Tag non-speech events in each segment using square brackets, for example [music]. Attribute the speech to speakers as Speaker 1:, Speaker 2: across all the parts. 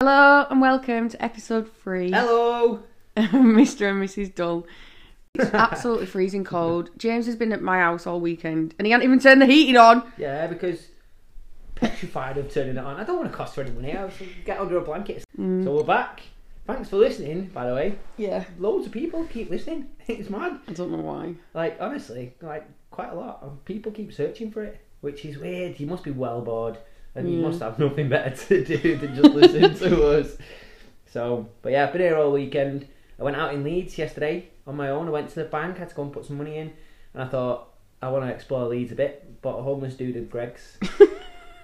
Speaker 1: Hello and welcome to episode three. [laughs]
Speaker 2: Hello.
Speaker 1: Mr. and Mrs. Dull. It's
Speaker 2: [laughs]
Speaker 1: absolutely freezing cold. James has been at my house all weekend and he can't even turn the heating on.
Speaker 2: Yeah, because petrified of turning it on. I don't want to cost her any money. I was like, get under a blanket. So we're back. Thanks for listening, by the way.
Speaker 1: Yeah.
Speaker 2: Loads of people keep listening. [laughs] It's mad.
Speaker 1: I don't know why.
Speaker 2: Like honestly, like quite a lot. of People keep searching for it, which is weird. You must be well bored, and you must have nothing better [laughs] to do than just listen to us. So, but yeah, I've been here all weekend. I went out in Leeds yesterday on my own. I went to the bank, had to go and put some money in, and I thought I want to explore Leeds a bit. Bought a homeless dude at
Speaker 1: [laughs]
Speaker 2: Greg's.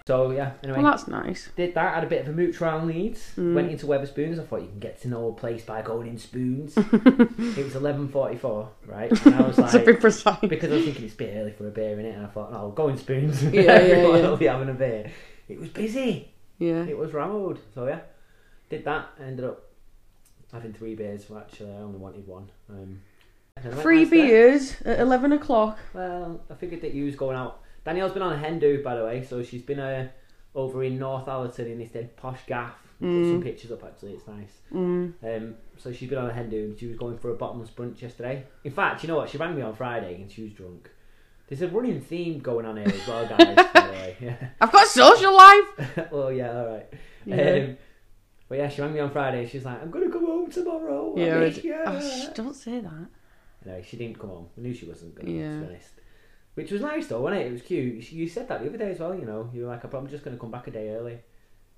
Speaker 2: so yeah, anyway.
Speaker 1: Well, Mm. that's nice.
Speaker 2: did that, had a bit of a mooch around Leeds, went into Weatherspoons. I thought you can get to know a place by going
Speaker 1: [laughs]
Speaker 2: in spoons. it was 11.44, right? And I was
Speaker 1: That's a
Speaker 2: like,
Speaker 1: bit precise.
Speaker 2: because I was thinking it's a bit early for a beer in it, and I thought, no, I'll go in spoons.
Speaker 1: yeah,
Speaker 2: [laughs] Everyone
Speaker 1: yeah.
Speaker 2: will be having a beer. It was busy.
Speaker 1: Yeah.
Speaker 2: It was rammed. So yeah, did that. Ended up having three beers. Well, actually, I only wanted one. Um, and then I went
Speaker 1: Three
Speaker 2: downstairs.
Speaker 1: beers at 11 o'clock.
Speaker 2: Well, I figured that you was going out. Danielle's been on a hen do, by the way, so she's been uh, over in North Allerton in this dead posh gaff. We Put some pictures up actually, it's nice.
Speaker 1: Mm.
Speaker 2: Um, so she's been on a hen do and she was going for a bottomless brunch yesterday. In fact, you know what? She rang me on Friday and she was drunk. There's a running theme going on here as well, guys. by
Speaker 1: [laughs]
Speaker 2: the way, [laughs] yeah.
Speaker 1: I've got a social life!
Speaker 2: well, yeah, all right.
Speaker 1: Yeah.
Speaker 2: Um, but yeah, she rang me on Friday. and She was like, "I'm gonna come home tomorrow." I
Speaker 1: Yeah.
Speaker 2: miss
Speaker 1: it-
Speaker 2: you."
Speaker 1: Oh, sh- don't say that.
Speaker 2: No, she didn't come home. I knew she wasn't going to,
Speaker 1: Yeah.
Speaker 2: to be honest. Which was nice though, wasn't it? It was cute. She- You said that the other day as well, you know. You were like, I'm just going to come back a day early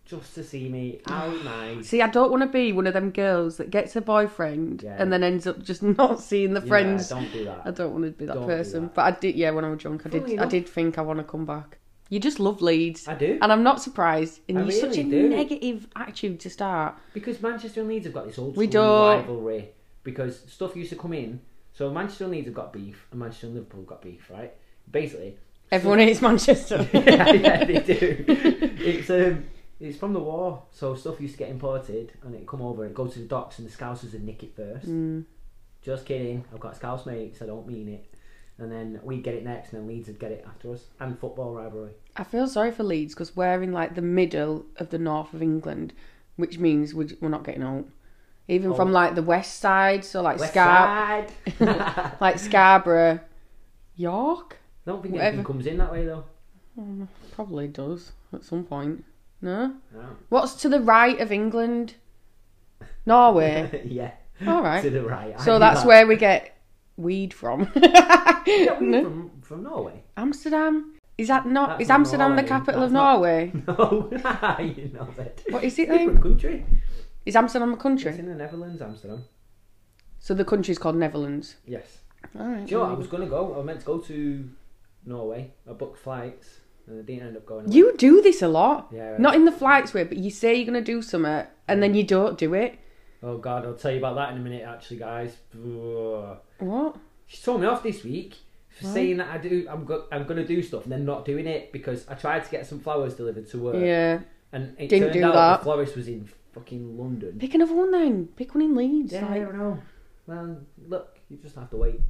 Speaker 2: just to see me. How
Speaker 1: [sighs]
Speaker 2: nice.
Speaker 1: See, I don't want to be one of them girls that gets a boyfriend
Speaker 2: Yeah.
Speaker 1: and then ends up just [laughs] not seeing the
Speaker 2: Yeah,
Speaker 1: friends.
Speaker 2: don't do
Speaker 1: I
Speaker 2: that.
Speaker 1: don't want to be that
Speaker 2: Don't do
Speaker 1: person.
Speaker 2: that.
Speaker 1: But I did, yeah. When I was drunk, I did.
Speaker 2: Funnily
Speaker 1: I
Speaker 2: enough-
Speaker 1: did think I want to come back. You just love Leeds,
Speaker 2: I do.
Speaker 1: and I'm not surprised. And
Speaker 2: I
Speaker 1: you're such a
Speaker 2: really do.
Speaker 1: negative attitude to start.
Speaker 2: Because Manchester and Leeds have got this old
Speaker 1: We
Speaker 2: school
Speaker 1: don't.
Speaker 2: rivalry because stuff used to come in. So Manchester and Leeds have got beef and Manchester and Liverpool have got beef, right? Basically,
Speaker 1: Everyone hates Manchester.
Speaker 2: [laughs]
Speaker 1: [laughs]
Speaker 2: yeah, yeah, they do. [laughs] It's um, it's from the war, so stuff used to get imported, and it come over, it goes to the docks, and the Scousers would nick it first.
Speaker 1: Mm.
Speaker 2: Just kidding, I've got Scouse mates, I don't mean it. And then we'd get it next, and then Leeds would get it after us, and football rivalry.
Speaker 1: I feel sorry for Leeds because we're in like the middle of the north of England, which means we're, we're not getting out. Even
Speaker 2: Oh.
Speaker 1: from like the west side, so like
Speaker 2: West
Speaker 1: Scar,
Speaker 2: side.
Speaker 1: [laughs]
Speaker 2: [laughs]
Speaker 1: like Scarborough, York,
Speaker 2: don't think
Speaker 1: Whatever.
Speaker 2: anything comes in that way though.
Speaker 1: probably does at some point. No,
Speaker 2: No.
Speaker 1: what's to the right of England? Norway.
Speaker 2: [laughs] yeah.
Speaker 1: All
Speaker 2: To
Speaker 1: right.
Speaker 2: the right. I
Speaker 1: So
Speaker 2: knew
Speaker 1: that's
Speaker 2: that.
Speaker 1: where we get weed from.
Speaker 2: Yeah, we
Speaker 1: No.
Speaker 2: from from Norway. [laughs]
Speaker 1: Amsterdam. Is that not?
Speaker 2: That's
Speaker 1: is
Speaker 2: not
Speaker 1: Amsterdam
Speaker 2: Norway.
Speaker 1: the capital
Speaker 2: That's
Speaker 1: of
Speaker 2: not-
Speaker 1: Norway?
Speaker 2: No, [laughs] you know it.
Speaker 1: What is it um? then?
Speaker 2: Different country.
Speaker 1: Is Amsterdam a
Speaker 2: It's
Speaker 1: country?
Speaker 2: in the Netherlands, Amsterdam.
Speaker 1: So the country's called Netherlands.
Speaker 2: Yes.
Speaker 1: All right.
Speaker 2: Do you know what? I was going to go. I meant to go to Norway. I booked flights and I didn't end up going.
Speaker 1: You do this a lot.
Speaker 2: Yeah, right.
Speaker 1: Not in the flights way, but you say you're going to do something and then you don't do it.
Speaker 2: Oh God, I'll tell you about that in a minute. Actually, guys, Ugh.
Speaker 1: What?
Speaker 2: she told me off this week for saying that I do. I'm go- I'm going to do stuff and then not doing it because I tried to get some flowers delivered to work.
Speaker 1: Yeah.
Speaker 2: And it
Speaker 1: Didn't
Speaker 2: turned
Speaker 1: do
Speaker 2: out
Speaker 1: that.
Speaker 2: the florist was in fucking London.
Speaker 1: Pick another one then. Pick one in Leeds.
Speaker 2: Yeah, I
Speaker 1: like-
Speaker 2: don't know. Well, look, you just have to wait.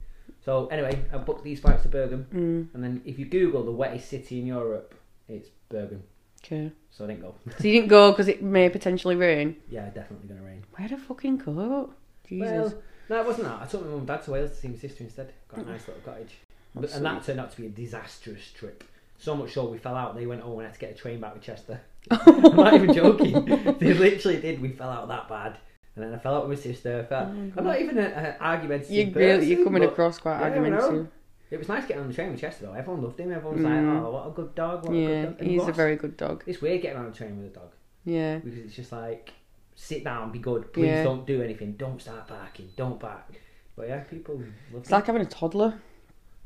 Speaker 2: So anyway, I booked these flights to Bergen,
Speaker 1: Mm,
Speaker 2: and then if you Google the wettest city in Europe, it's Bergen.
Speaker 1: okay.
Speaker 2: So I didn't go.
Speaker 1: So you didn't go because it may potentially rain.
Speaker 2: yeah, definitely gonna rain.
Speaker 1: Wear a fucking coat. Jesus.
Speaker 2: Well, no, it wasn't that. I took my mum and dad to Wales to see my sister instead. Got a nice little cottage. But, and that turned out to be a disastrous trip. So much so we fell out. They went home and had to get a train back
Speaker 1: [laughs]
Speaker 2: to Chester. I'm not even joking. They literally did. We fell out that bad. And then I fell out with my sister. I fell- I'm not even an argumentative
Speaker 1: you
Speaker 2: person.
Speaker 1: really, Oh you're coming
Speaker 2: but
Speaker 1: across quite
Speaker 2: yeah, I don't know.
Speaker 1: argumentative.
Speaker 2: It was nice getting on the train with Chester though. Everyone loved him. Everyone was
Speaker 1: Mm.
Speaker 2: like, oh, what a good dog. What a good
Speaker 1: Yeah,
Speaker 2: dog. And
Speaker 1: he's a
Speaker 2: Ross-
Speaker 1: very good dog.
Speaker 2: It's weird getting on a train with a dog
Speaker 1: Yeah.
Speaker 2: because it's just like sit down, be good, please
Speaker 1: Yeah.
Speaker 2: don't do anything, don't start barking, don't bark. But yeah, people love
Speaker 1: It's
Speaker 2: that.
Speaker 1: like having a toddler.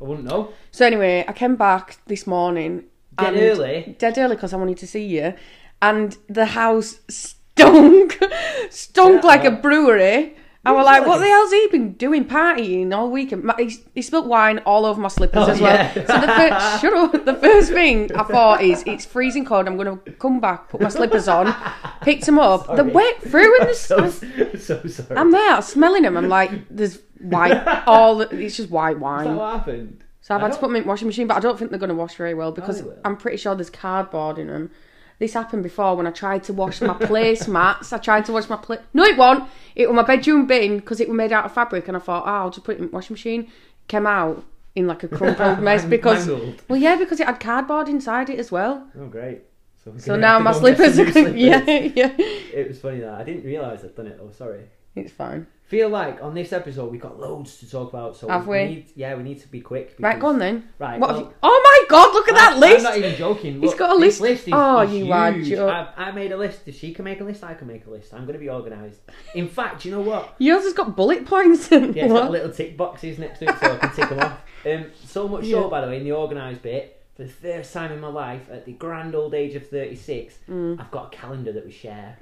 Speaker 2: I wouldn't know.
Speaker 1: So anyway, I came back this morning.
Speaker 2: Get
Speaker 1: and-
Speaker 2: early.
Speaker 1: Dead early because I wanted to see you. And the house stunk. [laughs] stunk
Speaker 2: Yeah.
Speaker 1: like a brewery. I was like, what the
Speaker 2: Really?
Speaker 1: hell's he been doing partying all weekend? My, he, he spilt wine all over my slippers
Speaker 2: Oh,
Speaker 1: as well.
Speaker 2: yeah.
Speaker 1: So the
Speaker 2: [laughs]
Speaker 1: first, shut up. The first thing I thought is, it's freezing cold. I'm going to come back, put my slippers on, picked them up. They
Speaker 2: [laughs] Sorry.
Speaker 1: wet through in
Speaker 2: [laughs] I'm
Speaker 1: the
Speaker 2: so,
Speaker 1: sun.
Speaker 2: so sorry.
Speaker 1: I'm there, I'm smelling them. I'm like, there's
Speaker 2: [laughs]
Speaker 1: white, all the, it's just white
Speaker 2: Is that
Speaker 1: wine.
Speaker 2: what happened?
Speaker 1: So I've
Speaker 2: I
Speaker 1: had to
Speaker 2: don't- Oh,
Speaker 1: put them in the washing machine, but I don't think they're going to wash very well because
Speaker 2: they will.
Speaker 1: I'm pretty sure there's cardboard in them. This happened before when I tried to wash my placemats. I tried to wash my pla- no, it won't. It was my bedroom bin because it was made out of fabric, and I thought, oh, I'll just put it in the washing machine. Came out in like a
Speaker 2: [laughs]
Speaker 1: crumpled mess because
Speaker 2: Mangled.
Speaker 1: well, yeah, because it had cardboard inside it as well.
Speaker 2: Oh, great. So, we're
Speaker 1: So
Speaker 2: gonna
Speaker 1: now
Speaker 2: have
Speaker 1: my
Speaker 2: to go and get
Speaker 1: slippers
Speaker 2: some
Speaker 1: are [laughs]
Speaker 2: new
Speaker 1: going yeah, yeah.
Speaker 2: It was funny that I didn't realise I'd done it. Oh, sorry.
Speaker 1: It's fine.
Speaker 2: Feel like on this episode we have got loads to talk about. So
Speaker 1: Have we?
Speaker 2: Need, yeah, we need to be quick.
Speaker 1: Right,
Speaker 2: because-
Speaker 1: go on then.
Speaker 2: Right.
Speaker 1: What
Speaker 2: well,
Speaker 1: have you- oh my god, look at
Speaker 2: I-
Speaker 1: that list.
Speaker 2: I'm not even joking.
Speaker 1: He's
Speaker 2: Look,
Speaker 1: got a
Speaker 2: this
Speaker 1: list.
Speaker 2: is,
Speaker 1: Oh,
Speaker 2: is
Speaker 1: you are
Speaker 2: huge.
Speaker 1: joke-
Speaker 2: I've- I made a list. If she can make a list, I can make a list. I'm going to be organised. In fact, you know what?
Speaker 1: [laughs] Yours has got bullet points. in
Speaker 2: Yeah, it's got
Speaker 1: what?
Speaker 2: little tick boxes next to it, so I can tick them off.
Speaker 1: [laughs]
Speaker 2: Um, so much
Speaker 1: Yeah.
Speaker 2: so, by the way, in the organised bit, for the first time in my life, at the grand old age of 36, I've got a calendar that we share.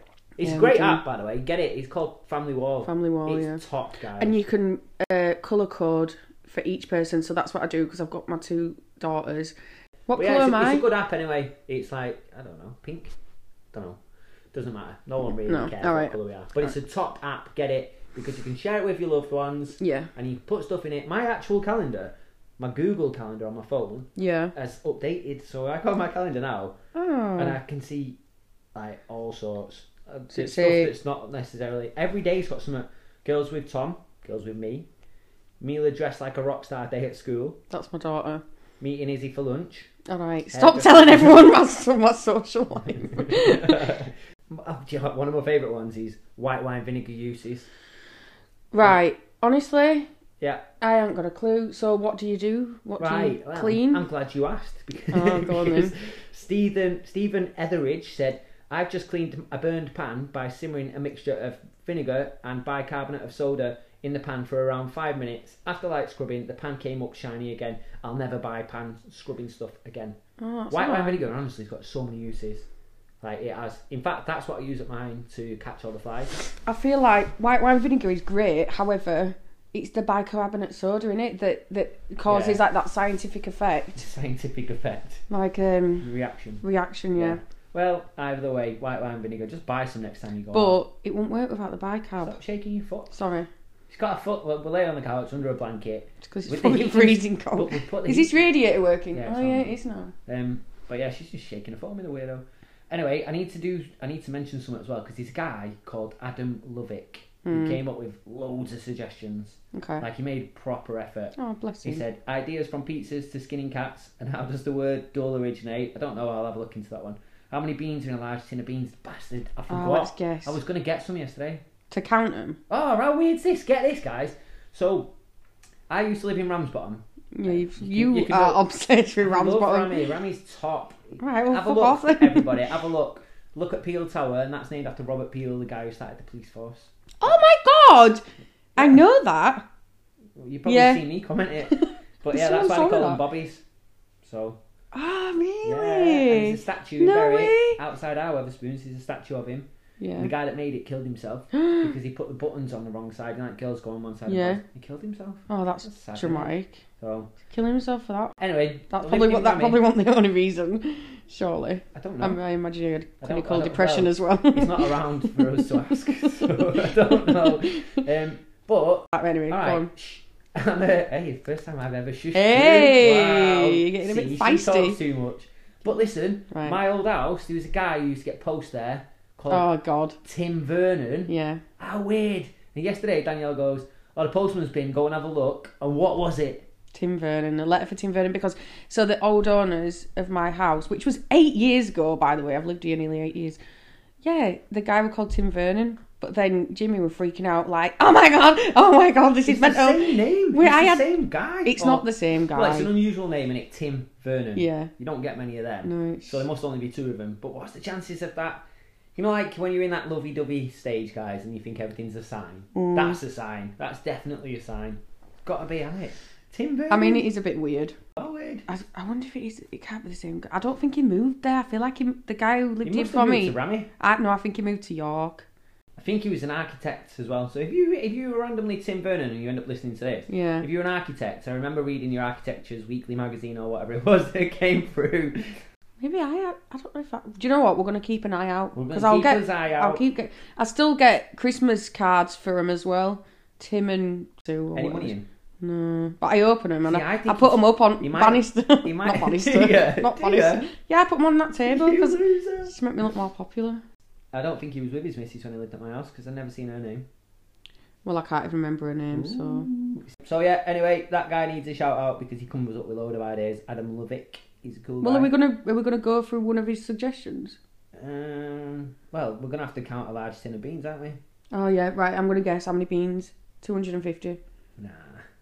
Speaker 1: Mm. Yeah,
Speaker 2: It's a
Speaker 1: we
Speaker 2: great
Speaker 1: do.
Speaker 2: app, by the way. Get it? It's called Family Wall.
Speaker 1: Family Wall,
Speaker 2: it's
Speaker 1: yeah.
Speaker 2: top, guys.
Speaker 1: And you can uh, colour code for each person. So that's what I do because I've got my two daughters. What
Speaker 2: But
Speaker 1: colour
Speaker 2: yeah,
Speaker 1: am
Speaker 2: it's, a-
Speaker 1: I?
Speaker 2: it's a good app anyway. It's like I don't know, pink. Don't know. Doesn't matter. No one really
Speaker 1: No,
Speaker 2: cares
Speaker 1: alright.
Speaker 2: what colour we are. But it's a top app. Get it because you can share it with your loved ones,
Speaker 1: Yeah,
Speaker 2: and you can put stuff in it. My actual calendar, my Google calendar on my phone,
Speaker 1: yeah.
Speaker 2: has updated, so I got my calendar now,
Speaker 1: Oh,
Speaker 2: and I can see like all sorts. Uh,
Speaker 1: So
Speaker 2: it's stuff
Speaker 1: say-
Speaker 2: that's not necessarily every day's got some girls with Tom, girls with me. Mila dressed like a rock star day at school.
Speaker 1: that's my daughter.
Speaker 2: Meeting Izzy for lunch.
Speaker 1: All right,
Speaker 2: Yeah,
Speaker 1: stop
Speaker 2: just- [laughs]
Speaker 1: telling everyone my, so- [laughs] my social life.
Speaker 2: Oh, do you know what? one of my favourite ones is white wine vinegar uses.
Speaker 1: right, honestly,
Speaker 2: Yeah,
Speaker 1: I haven't got a clue. So what do you do? What do you
Speaker 2: right. well,
Speaker 1: clean?
Speaker 2: I'm glad you asked. Because,
Speaker 1: Oh, go on then.
Speaker 2: because [laughs] Stephen, Stephen Etheridge said, I've just cleaned a burned pan by simmering a mixture of vinegar and bicarbonate of soda in the pan for around five minutes. After light scrubbing, the pan came up shiny again. I'll never buy pan scrubbing stuff again.
Speaker 1: Oh, that's
Speaker 2: White
Speaker 1: all
Speaker 2: wine
Speaker 1: right.
Speaker 2: vinegar, honestly, has got so many uses. Like it has. In fact, that's what I use at mine to catch all the flies. [laughs]
Speaker 1: I feel like white wine vinegar is great. However, it's the bicarbonate soda in it that that causes
Speaker 2: Yeah.
Speaker 1: like that scientific effect,
Speaker 2: Scientific effect.
Speaker 1: like um
Speaker 2: Reaction.
Speaker 1: reaction. Yeah,
Speaker 2: Yeah. Well, either way, white wine vinegar. Just buy some next time you go. out.
Speaker 1: but uh, it won't work without the bicarb.
Speaker 2: stop shaking your foot.
Speaker 1: Sorry,
Speaker 2: She's got a foot. Look, we're laying on the couch under a blanket.
Speaker 1: because it's
Speaker 2: With the
Speaker 1: fucking
Speaker 2: heat- [laughs]
Speaker 1: freezing
Speaker 2: But
Speaker 1: cold.
Speaker 2: we put the
Speaker 1: Oh, Is this
Speaker 2: heat-
Speaker 1: radiator working?
Speaker 2: Yeah, it's
Speaker 1: oh
Speaker 2: on.
Speaker 1: yeah, it is now.
Speaker 2: Um, but yeah, she's just shaking her foot. I'm in the weirdo. Anyway, I need to do. I need to mention something as well because this guy called Adam Lovick
Speaker 1: Hmm.
Speaker 2: who came up with loads of suggestions.
Speaker 1: Okay.
Speaker 2: Like he made proper effort.
Speaker 1: oh bless
Speaker 2: He
Speaker 1: you.
Speaker 2: said ideas from pizzas to skinning cats and how does the word dull originate? I don't know. I'll have a look into that one. How many beans are in a large tin of beans? Bastard! I
Speaker 1: Oh,
Speaker 2: forgot.
Speaker 1: let's guess.
Speaker 2: I was gonna get some yesterday.
Speaker 1: To count them.
Speaker 2: Oh, how weird's this? Get this, guys. So, I used to live in Ramsbottom.
Speaker 1: Yeah, you've,
Speaker 2: You can-
Speaker 1: you,
Speaker 2: you can
Speaker 1: are
Speaker 2: go-
Speaker 1: obsessed with
Speaker 2: Love
Speaker 1: Ramsbottom.
Speaker 2: Ramy. Ramy's top.
Speaker 1: Right, well,
Speaker 2: have a
Speaker 1: fuck
Speaker 2: look,
Speaker 1: off then.
Speaker 2: everybody. Have a look. Look at Peel Tower, and that's named after Robert Peel, the guy who started the police force.
Speaker 1: [laughs] Oh my god! I know that.
Speaker 2: You've probably
Speaker 1: Yeah.
Speaker 2: seen me comment
Speaker 1: [laughs]
Speaker 2: it. But yeah,
Speaker 1: Someone
Speaker 2: that's why they
Speaker 1: saw that.
Speaker 2: call them Bobbies. So,
Speaker 1: Ah,
Speaker 2: yeah.
Speaker 1: really?
Speaker 2: And there's a statue
Speaker 1: No
Speaker 2: buried
Speaker 1: way.
Speaker 2: outside our Weatherspoons. There's a statue of him.
Speaker 1: yeah.
Speaker 2: And the guy that made it
Speaker 1: [gasps]
Speaker 2: killed himself because he put the buttons on the wrong side, and that girl's going one side.
Speaker 1: Yeah.
Speaker 2: Yeah. He killed himself.
Speaker 1: [gasps] Oh, that's,
Speaker 2: That's sad, isn't it?
Speaker 1: dramatic.
Speaker 2: So,
Speaker 1: Killing himself for that.
Speaker 2: anyway.
Speaker 1: That's
Speaker 2: I
Speaker 1: probably
Speaker 2: lived
Speaker 1: what.
Speaker 2: in
Speaker 1: That
Speaker 2: Ramy.
Speaker 1: probably wasn't the only reason. Surely,
Speaker 2: I don't know.
Speaker 1: I'm, I imagine he had
Speaker 2: I don't-
Speaker 1: clinical
Speaker 2: I don't-
Speaker 1: depression
Speaker 2: well,
Speaker 1: as well.
Speaker 2: He's not around for us to ask, so [laughs] I
Speaker 1: [laughs]
Speaker 2: don't know. Um, but
Speaker 1: anyway, go
Speaker 2: all right.
Speaker 1: on.
Speaker 2: shh. [laughs] And, uh, hey, first time I've ever shushed. you.
Speaker 1: Hey,
Speaker 2: wow.
Speaker 1: you're getting a bit
Speaker 2: See, She
Speaker 1: feisty.
Speaker 2: talks too much. But listen,
Speaker 1: Right.
Speaker 2: my old house. There was a guy who used to get posts there called
Speaker 1: Oh God.
Speaker 2: Tim Vernon.
Speaker 1: Yeah.
Speaker 2: How weird! And yesterday Danielle goes, "Oh, the postman's been. Go and have a look." And what was it?
Speaker 1: Tim Vernon, a letter for Tim Vernon because so the old owners of my house, which was eight years ago, by the way, I've lived here nearly eight years. Yeah, the guy was called Tim Vernon, but then Jimmy were freaking out like, "Oh my god, oh my god, this
Speaker 2: It's
Speaker 1: is
Speaker 2: the
Speaker 1: mental."
Speaker 2: same name.
Speaker 1: Wait,
Speaker 2: it's
Speaker 1: I
Speaker 2: the
Speaker 1: had-
Speaker 2: same guy.
Speaker 1: It's
Speaker 2: Oh,
Speaker 1: not the same
Speaker 2: Well, it's
Speaker 1: guy.
Speaker 2: an unusual name, and it Tim Vernon.
Speaker 1: Yeah.
Speaker 2: You don't get many of them.
Speaker 1: No, it's-
Speaker 2: So there must only be two of them. But what's the chances of that? You know, like when you're in that lovey dovey stage, guys, and you think everything's a sign.
Speaker 1: Mm.
Speaker 2: That's a sign. That's definitely a sign. Gotta be on it. Tim Burton.
Speaker 1: I mean, it is a bit weird.
Speaker 2: Howard.
Speaker 1: I, I wonder if it is. It can't be the same. guy. I don't think he moved there. I feel like he, the guy who
Speaker 2: He
Speaker 1: lived here
Speaker 2: must
Speaker 1: for
Speaker 2: have moved to
Speaker 1: me.
Speaker 2: Ramy.
Speaker 1: I no, I think he moved to York.
Speaker 2: I think he was an architect as well. So if you if you were randomly Tim Vernon and you end up listening to this,
Speaker 1: Yeah.
Speaker 2: if you're an architect, I remember reading your architecture's weekly magazine or whatever it [laughs] was that came through.
Speaker 1: Maybe I. I don't know if. I, do you know what? We're gonna keep an eye out
Speaker 2: We're gonna
Speaker 1: because I'll
Speaker 2: keep
Speaker 1: get.
Speaker 2: his eye
Speaker 1: I'll
Speaker 2: out.
Speaker 1: keep get. I still get Christmas cards for him as well. Tim and Sue. or
Speaker 2: Any
Speaker 1: whatever.
Speaker 2: money in?
Speaker 1: No, but I open them and
Speaker 2: See,
Speaker 1: I,
Speaker 2: I
Speaker 1: I,
Speaker 2: think
Speaker 1: put them up on
Speaker 2: you might-
Speaker 1: banister.
Speaker 2: [laughs] you might-
Speaker 1: [laughs] not banister.
Speaker 2: [laughs] Yeah,
Speaker 1: not
Speaker 2: do
Speaker 1: banister.
Speaker 2: ya?
Speaker 1: Yeah, I put them on that table
Speaker 2: You [laughs]
Speaker 1: because it
Speaker 2: loser.
Speaker 1: just make me look more popular.
Speaker 2: I don't think he was with his missus when he lived at my house because I'd never seen her name.
Speaker 1: Well, I can't even remember her name, so
Speaker 2: So yeah, anyway, that guy needs a shout out because he comes up with a load of ideas. Adam Lovick, he's a cool
Speaker 1: well,
Speaker 2: guy.
Speaker 1: are we gonna are we gonna go through one of his suggestions?
Speaker 2: Um, well, we're gonna have to count a large tin of beans, aren't we?
Speaker 1: Oh yeah, right. I'm gonna guess how many beans? Two hundred and fifty.
Speaker 2: Nah,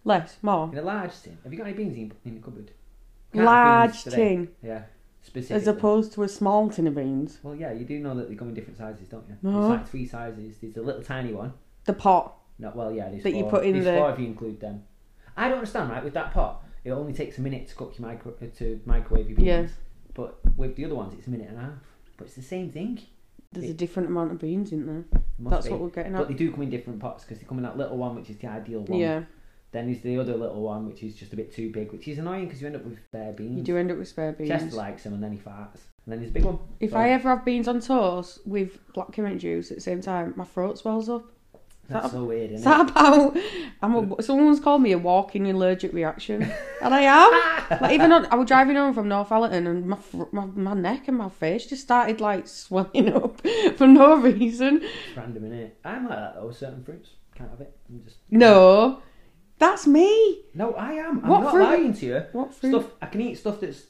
Speaker 1: Less, more.
Speaker 2: in a large tin. Have you got any beans in, in the cupboard? Can't have
Speaker 1: Large
Speaker 2: beans today.
Speaker 1: tin,
Speaker 2: Yeah, specifically.
Speaker 1: as opposed to a small tin of beans.
Speaker 2: Well, yeah, you do know that they come in different sizes, don't you?
Speaker 1: No.
Speaker 2: There's like three sizes. There's a little tiny one.
Speaker 1: The pot.
Speaker 2: No, well, yeah, there's
Speaker 1: That
Speaker 2: four.
Speaker 1: you put in
Speaker 2: there's
Speaker 1: the-
Speaker 2: four if you include them. I don't understand, right? With that pot, it only takes a minute to cook your micro uh, to microwave your beans.
Speaker 1: Yeah.
Speaker 2: But with the other ones, it's a minute and a half. But it's the same thing.
Speaker 1: There's a different amount of beans in there.
Speaker 2: Must
Speaker 1: That's
Speaker 2: be.
Speaker 1: what we're getting
Speaker 2: But
Speaker 1: at.
Speaker 2: they do come in different pots because they come in that little one, which is the ideal one.
Speaker 1: Yeah,
Speaker 2: Then there's the other little one, which is just a bit too big, which is annoying because you end up with bare beans.
Speaker 1: you do end up with spare beans.
Speaker 2: Chester likes them, and then he farts, and then there's a big one.
Speaker 1: If
Speaker 2: So
Speaker 1: I ever have beans on toast with black currant juice at the same time, my throat swells up.
Speaker 2: that's so weird,
Speaker 1: Is
Speaker 2: isn't
Speaker 1: that about? I'm a, someone's called me a walking allergic reaction, and I
Speaker 2: [laughs]
Speaker 1: am. Like even on, I was driving home from Northallerton, and my, fr- my my neck and my face just started like swelling up [laughs] for no reason.
Speaker 2: it? Random, innit? I'm like that though. with Certain fruits can't have it. I'm just
Speaker 1: No, that's me.
Speaker 2: no, I am. I'm
Speaker 1: What
Speaker 2: not
Speaker 1: fruit-
Speaker 2: lying to you.
Speaker 1: What fruit?
Speaker 2: Stuff I can eat stuff that's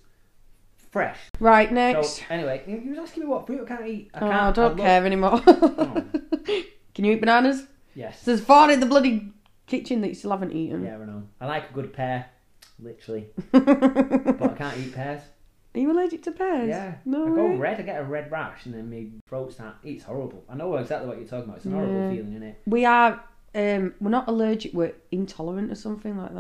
Speaker 2: fresh.
Speaker 1: Right next.
Speaker 2: So anyway, you you was asking me what fruit I can't eat. I
Speaker 1: oh,
Speaker 2: can't.
Speaker 1: I don't
Speaker 2: love- Oh.
Speaker 1: care anymore. [laughs] Can you eat bananas?
Speaker 2: Yes.
Speaker 1: There's four in the bloody kitchen that you still haven't eaten.
Speaker 2: Yeah, I know. I like a good pear, literally,
Speaker 1: [laughs]
Speaker 2: but I
Speaker 1: Are
Speaker 2: can't eat pears.
Speaker 1: you allergic to pears?
Speaker 2: Yeah.
Speaker 1: No
Speaker 2: I go
Speaker 1: way.
Speaker 2: red, I get a red rash, and then my throat starts. It's horrible. I know exactly what you're talking about. It's an horrible
Speaker 1: Yeah.
Speaker 2: feeling, isn't it?
Speaker 1: We are. Um, we're not allergic. We're intolerant or something like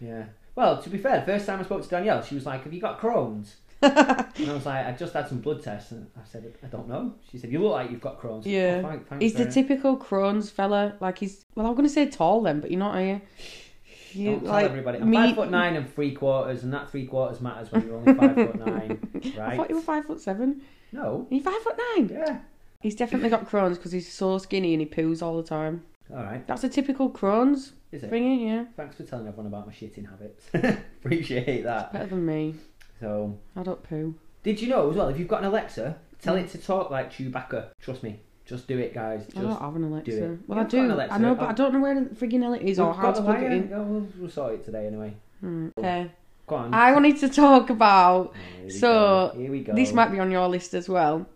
Speaker 2: Yeah. Well, to be fair, the first time I spoke to Danielle, she was like, "Have you got Crohn's?" [laughs]
Speaker 1: that.
Speaker 2: And I was like, "I just had some blood tests," and I said, "I don't know." She said, "You look like you've got Crohn's."
Speaker 1: Yeah.
Speaker 2: Oh, thank- thanks
Speaker 1: he's the
Speaker 2: very-
Speaker 1: typical Crohn's fella. Like he's. Well, I'm gonna say tall then, but you're not, are you? You
Speaker 2: Don't tell everybody. I'm five foot nine and three quarters, and that three quarters matters when you're only five foot
Speaker 1: [laughs]
Speaker 2: nine,
Speaker 1: I
Speaker 2: right?
Speaker 1: thought you were five foot seven.
Speaker 2: No.
Speaker 1: Are you five foot nine?
Speaker 2: Yeah.
Speaker 1: He's definitely got Crohn's because he's so skinny and he poos all the time.
Speaker 2: All right.
Speaker 1: That's a typical Crohn's
Speaker 2: Is it?
Speaker 1: thing, yeah.
Speaker 2: Thanks for telling everyone about my shitting habits. [laughs] Appreciate that.
Speaker 1: Better than me.
Speaker 2: So,
Speaker 1: I don't poo.
Speaker 2: did you know as well? If you've got an Alexa, tell it to talk like Chewbacca. Trust me. Just do it, guys. Just.
Speaker 1: I don't have an
Speaker 2: do
Speaker 1: Alexa.
Speaker 2: it.
Speaker 1: Well, I
Speaker 2: You've got an
Speaker 1: do.
Speaker 2: Alexa.
Speaker 1: I know,
Speaker 2: Oh.
Speaker 1: but I don't know where the frigging Alexa is or
Speaker 2: We've
Speaker 1: how
Speaker 2: got Oh.
Speaker 1: to
Speaker 2: the
Speaker 1: plug it
Speaker 2: wire.
Speaker 1: in.
Speaker 2: Yeah, we'll, we'll sort it today anyway.
Speaker 1: Right, Okay.
Speaker 2: Go on.
Speaker 1: I wanted to talk about
Speaker 2: Here we
Speaker 1: Ah, So,
Speaker 2: go. here we go.
Speaker 1: This might be on your list as well.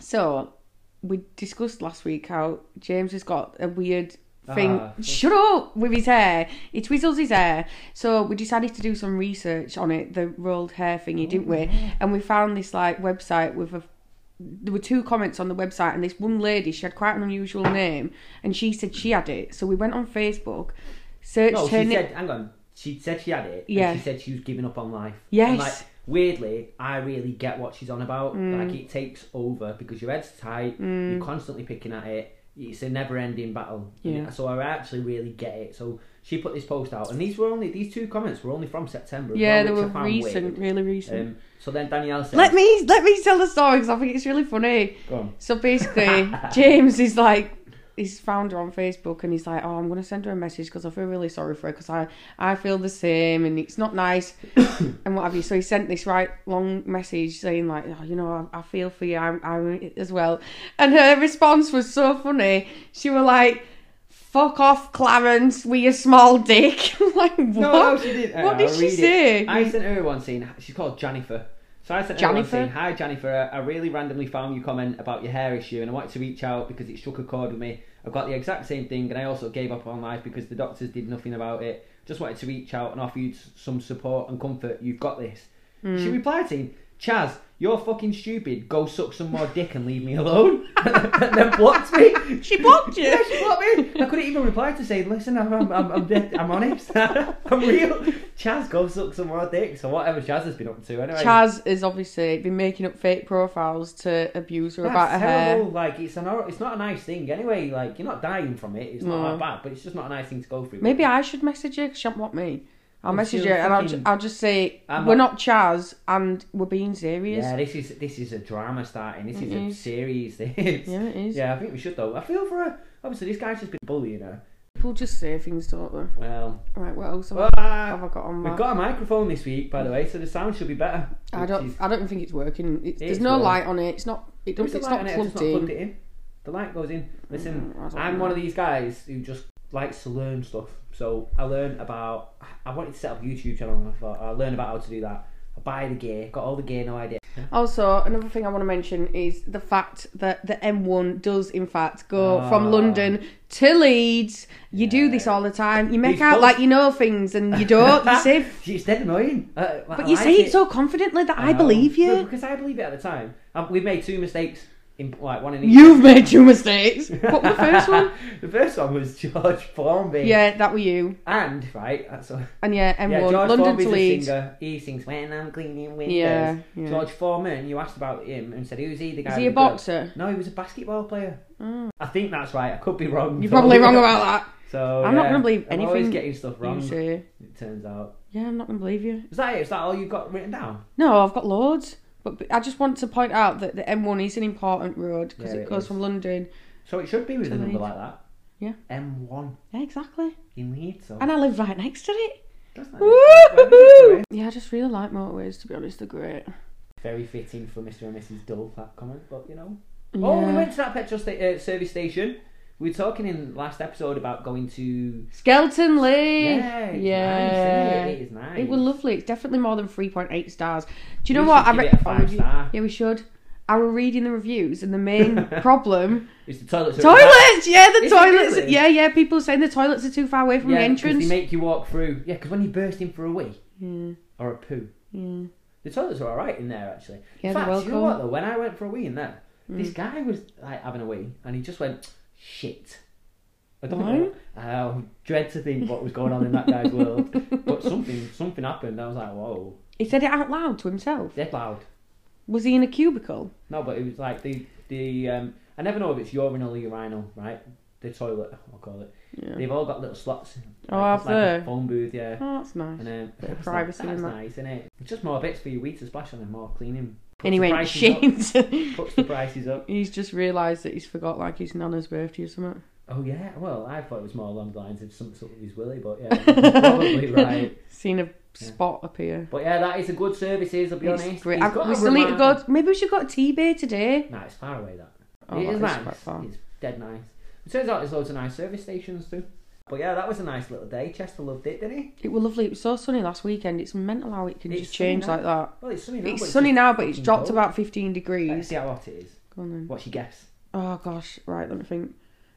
Speaker 1: So, we discussed last week how James has got a weird thing.
Speaker 2: Ah.
Speaker 1: Shut up with his hair. He twizzles his hair. So, we decided to do some research on it, the rolled hair thingy, didn't
Speaker 2: Oh,
Speaker 1: we? And we found this like website with a there were two comments on the website and this one lady she had quite an unusual name and she said she had it so we went on facebook searched
Speaker 2: No,
Speaker 1: her
Speaker 2: she
Speaker 1: name
Speaker 2: said. Hang on. She said she had it.
Speaker 1: Yeah.
Speaker 2: And she said she was giving up on life.
Speaker 1: Yes.
Speaker 2: And like, weirdly, I really get what she's on about.
Speaker 1: Mm.
Speaker 2: Like it takes over because your head's tight. You're constantly picking at it. It's a never-ending battle. And
Speaker 1: Yeah.
Speaker 2: So I actually really get it. So she put this post out, and these were only these two comments were only from September. as
Speaker 1: yeah
Speaker 2: well,
Speaker 1: they
Speaker 2: which
Speaker 1: were
Speaker 2: I found
Speaker 1: recent
Speaker 2: weird.
Speaker 1: really recent
Speaker 2: Um, so then Danielle said,
Speaker 1: let me let me tell the story because i think it's really funny
Speaker 2: Go on.
Speaker 1: So
Speaker 2: [laughs]
Speaker 1: basically, James is like, he's found her on Facebook and he's like, oh, I'm going to send her a message because I feel really sorry for her because I, I feel the same and it's not
Speaker 2: [coughs]
Speaker 1: nice and what have you. So he sent this right long message saying, like, oh, you know, I, I feel for you I'm, I'm as well. And her response was so funny. She was like, fuck off, Clarence, with your small dick. [laughs] like, what?
Speaker 2: No, no, she did.
Speaker 1: What did she say?
Speaker 2: I sent her one saying she's called Jennifer. So I sent her one
Speaker 1: Jennifer?
Speaker 2: saying, "Hi Jennifer, I really randomly found your comment about your hair issue, and I wanted to reach out because it struck a chord with me. I've got the exact same thing, and I also gave up on life because the doctors did nothing about it. Just wanted to reach out and offer you s- some support and comfort. You've got this."
Speaker 1: Hmm.
Speaker 2: She replied saying, "Chaz, you're fucking stupid. Go suck some more dick and leave me alone." [laughs] and then blocked me.
Speaker 1: She blocked you?
Speaker 2: [laughs] Yeah, she blocked me. I couldn't even reply to say, "Listen, I'm I'm I'm, I'm, dead, I'm honest. [laughs] I'm real." Chaz, go suck some more dicks or whatever Chaz has been up to. Anyway,
Speaker 1: Chaz has obviously been making up fake profiles to abuse her
Speaker 2: that's
Speaker 1: about her hair.
Speaker 2: terrible. Like it's an hor- it's not a nice thing. Anyway, like you're not dying from it. It's
Speaker 1: No.
Speaker 2: not that bad, but it's just not a nice thing to go through.
Speaker 1: Maybe I should message her 'cause she don't want me. I'll
Speaker 2: Well,
Speaker 1: message
Speaker 2: she'll
Speaker 1: her and I'll,
Speaker 2: fucking-
Speaker 1: ju- I'll just say,
Speaker 2: I'm
Speaker 1: we're not Chaz and we're being serious.
Speaker 2: yeah, this is this is a drama starting. This
Speaker 1: It
Speaker 2: is a
Speaker 1: is.
Speaker 2: serious thing.
Speaker 1: Yeah, it is.
Speaker 2: Yeah, I think we should though. I feel for her. Obviously, this guy's just been bullying her.
Speaker 1: People just say things, don't they?
Speaker 2: Well,
Speaker 1: Right. What else have, I,
Speaker 2: ah,
Speaker 1: have I got on my?
Speaker 2: we've got a microphone this week, by the way, so the sound should be better.
Speaker 1: I
Speaker 2: which
Speaker 1: don't.
Speaker 2: is-
Speaker 1: I don't think it's working. It's,
Speaker 2: It
Speaker 1: there's
Speaker 2: is
Speaker 1: no
Speaker 2: working.
Speaker 1: light on it. It's not. It
Speaker 2: There is
Speaker 1: doesn't.
Speaker 2: a
Speaker 1: It's
Speaker 2: light
Speaker 1: not
Speaker 2: on it,
Speaker 1: plugged
Speaker 2: just
Speaker 1: in.
Speaker 2: it in. The light goes in. Listen,
Speaker 1: Mm, I don't
Speaker 2: I'm
Speaker 1: know.
Speaker 2: one of these guys who just likes to learn stuff. So I learn about. I wanted to set up a YouTube channel, and I thought I learn about how to do that. I buy the gear, got all the gear, no idea.
Speaker 1: Also, another thing I want to mention is the fact that the M1 does, in fact, go from
Speaker 2: Ah.
Speaker 1: London to Leeds. You do
Speaker 2: Yeah.
Speaker 1: this all the time. You make
Speaker 2: These
Speaker 1: out
Speaker 2: folks-
Speaker 1: like you know things, and you don't.
Speaker 2: [laughs]
Speaker 1: You say,
Speaker 2: It's dead annoying. Uh,
Speaker 1: but you say it so confidently that I, believe you.
Speaker 2: because I believe it at the time. Uh, we've made two mistakes in like one in each.
Speaker 1: You've made two mistakes. What was the first one?
Speaker 2: [laughs] the first one was George Formby.
Speaker 1: Yeah, that were you.
Speaker 2: And right, that's all.
Speaker 1: And yeah, M1,
Speaker 2: Yeah, George
Speaker 1: London
Speaker 2: Formby's
Speaker 1: to
Speaker 2: a
Speaker 1: Leeds.
Speaker 2: singer. He sings when I'm cleaning windows.
Speaker 1: Yeah, yeah.
Speaker 2: George Foreman, you asked about him and said, who's he? The guy.
Speaker 1: Is he a
Speaker 2: with the girl?"
Speaker 1: boxer? Oh.
Speaker 2: No, he was a basketball player. I think that's right. I could be wrong.
Speaker 1: You're
Speaker 2: though.
Speaker 1: probably wrong about that.
Speaker 2: So
Speaker 1: I'm not
Speaker 2: yeah,
Speaker 1: gonna believe
Speaker 2: I'm always
Speaker 1: anything
Speaker 2: getting stuff
Speaker 1: You
Speaker 2: wrong.
Speaker 1: say,
Speaker 2: It turns out.
Speaker 1: yeah, I'm not gonna believe you.
Speaker 2: Is that it? Is that all you've got written down?
Speaker 1: No, I've got loads, but but I just want to point out that the M1 is an important road because
Speaker 2: Yeah,
Speaker 1: it
Speaker 2: it
Speaker 1: goes
Speaker 2: is.
Speaker 1: from London.
Speaker 2: So it should be with a
Speaker 1: To
Speaker 2: number
Speaker 1: Leeds.
Speaker 2: like that.
Speaker 1: Yeah.
Speaker 2: M1
Speaker 1: Yeah, exactly.
Speaker 2: in Leeds. So
Speaker 1: And I live right next to it.
Speaker 2: that's not it. Well, that's
Speaker 1: Woo-hoo-hoo!
Speaker 2: great.
Speaker 1: Yeah, I just really like motorways. To be honest, they're great.
Speaker 2: Very fitting for Mr. and Mrs. Dull that comment, but you know.
Speaker 1: Yeah.
Speaker 2: Oh, we went to that petrol sta- uh, service station. We were talking in last episode about going to.
Speaker 1: Skeleton Lake.
Speaker 2: Yeah, it's
Speaker 1: Yeah.
Speaker 2: nice, isn't it? It is nice.
Speaker 1: It was lovely. It's definitely more than 3.8 stars. Do you
Speaker 2: We
Speaker 1: know what?
Speaker 2: should give
Speaker 1: re-
Speaker 2: it a
Speaker 1: I
Speaker 2: five
Speaker 1: re-
Speaker 2: star.
Speaker 1: Yeah, we should. I were reading the reviews, and the
Speaker 2: [laughs]
Speaker 1: main problem
Speaker 2: It's the toilets. are-
Speaker 1: toilets. Yeah, the
Speaker 2: Is it
Speaker 1: toilets.
Speaker 2: really?
Speaker 1: Yeah, yeah. People are saying the toilets are too far away from
Speaker 2: Yeah,
Speaker 1: the
Speaker 2: 'cause
Speaker 1: entrance.
Speaker 2: They make you walk through. Yeah, because when you burst in for a wee
Speaker 1: yeah,
Speaker 2: or a poo,
Speaker 1: yeah.
Speaker 2: the toilets are all right in there actually.
Speaker 1: Yeah,
Speaker 2: in
Speaker 1: they're
Speaker 2: fact, you
Speaker 1: welcome.
Speaker 2: know
Speaker 1: Mm.
Speaker 2: what though? When I went for a wee in there, this guy was like having a wee and he just went shit. I don't
Speaker 1: Why?
Speaker 2: know. I dread to think what was going on in that
Speaker 1: [laughs]
Speaker 2: guy's world, but something something happened. I was like, whoa,
Speaker 1: He said it out loud to himself.
Speaker 2: dead loud.
Speaker 1: Was he in a cubicle?
Speaker 2: No, but it was like the the um, I never know if it's urinal or urinal, right? The toilet, I'll call it.
Speaker 1: Yeah.
Speaker 2: They've all got little slots.
Speaker 1: Oh,
Speaker 2: like,
Speaker 1: have
Speaker 2: like a
Speaker 1: they?
Speaker 2: phone booth, yeah.
Speaker 1: Oh, that's nice.
Speaker 2: And um,
Speaker 1: Bit of
Speaker 2: that's
Speaker 1: privacy
Speaker 2: nice,
Speaker 1: in
Speaker 2: that's
Speaker 1: that.
Speaker 2: nice, isn't it? Just more bits for your wheat to splash on and more cleaning. Puts the
Speaker 1: anyway,
Speaker 2: prices
Speaker 1: shit.
Speaker 2: Up, puts the prices
Speaker 1: [laughs]
Speaker 2: up.
Speaker 1: he's just realised that he's forgot like his nana's birthday or something.
Speaker 2: Oh yeah, well I thought it was more along the lines of some sort of his willy, but yeah, you're
Speaker 1: [laughs]
Speaker 2: probably right.
Speaker 1: Seen a spot appear.
Speaker 2: But yeah, that is a good services. I'll be
Speaker 1: It's
Speaker 2: honest.
Speaker 1: great.
Speaker 2: He's
Speaker 1: I've-
Speaker 2: got
Speaker 1: we
Speaker 2: a
Speaker 1: still need to go.
Speaker 2: remark-
Speaker 1: Maybe we should go to Tea Bay today.
Speaker 2: Nah, it's far away. That
Speaker 1: Oh,
Speaker 2: it
Speaker 1: that
Speaker 2: is
Speaker 1: is
Speaker 2: nice.
Speaker 1: quite far.
Speaker 2: It's dead nice. It turns out there's loads of nice service stations too. But yeah, that was a nice little day. Chester loved it, didn't he?
Speaker 1: It was lovely. It was so sunny last weekend. It's mental how it can
Speaker 2: It's
Speaker 1: just
Speaker 2: sunny
Speaker 1: change
Speaker 2: now.
Speaker 1: like that.
Speaker 2: Well, it's sunny now. but
Speaker 1: It's sunny
Speaker 2: just
Speaker 1: now, but it's
Speaker 2: fucking
Speaker 1: dropped
Speaker 2: cold.
Speaker 1: about 15
Speaker 2: Let's
Speaker 1: degrees.
Speaker 2: see how hot it is.
Speaker 1: Go on then.
Speaker 2: What's your guess?
Speaker 1: Oh gosh, right. Let me think.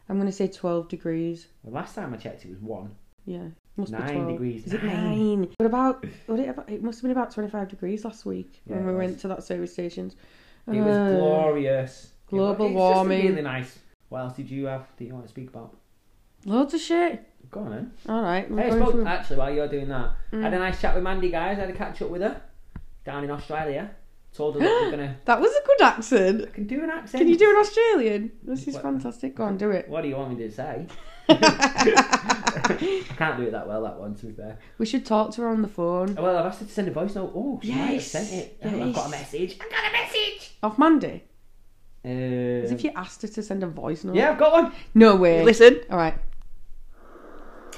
Speaker 1: I'm gonna say 12 degrees.
Speaker 2: Well, last time I checked, it was one.
Speaker 1: Yeah, must be
Speaker 2: Nine
Speaker 1: 12.
Speaker 2: degrees.
Speaker 1: Is it
Speaker 2: Nine.
Speaker 1: nine? What about? What it about? It must have been about 25 degrees last week
Speaker 2: Yeah,
Speaker 1: when
Speaker 2: it
Speaker 1: we
Speaker 2: was.
Speaker 1: went to that service station.
Speaker 2: It was
Speaker 1: Uh,
Speaker 2: glorious.
Speaker 1: global
Speaker 2: it was, It's
Speaker 1: warming.
Speaker 2: just really nice. What else did you have that you want to speak about?
Speaker 1: Loads of shit.
Speaker 2: Go on then.
Speaker 1: All right, we're
Speaker 2: Hey, I
Speaker 1: going
Speaker 2: spoke-
Speaker 1: through-
Speaker 2: actually, while you're doing that, I had a
Speaker 1: Mm.
Speaker 2: nice chat with Mandy, guys. I had a catch up with her down in Australia. Told her
Speaker 1: [gasps]
Speaker 2: that we're going to.
Speaker 1: That was a good accent.
Speaker 2: I can do an accent.
Speaker 1: Can you do an Australian? This is
Speaker 2: What-
Speaker 1: fantastic. Go on, do
Speaker 2: [laughs]
Speaker 1: it.
Speaker 2: What do you want me to say? I can't do it that well, that one, to be fair.
Speaker 1: We should talk to her on the phone.
Speaker 2: Well, I've asked her to send a voice note. Oh, she might have
Speaker 1: Yes,
Speaker 2: sent it. Oh, I've got a
Speaker 1: yes.
Speaker 2: message. I've got a message.
Speaker 1: Off Mandy. As
Speaker 2: Uh,
Speaker 1: if you asked her to send a voice note.
Speaker 2: yeah, I've got one.
Speaker 1: No way.
Speaker 2: Listen.
Speaker 1: All right.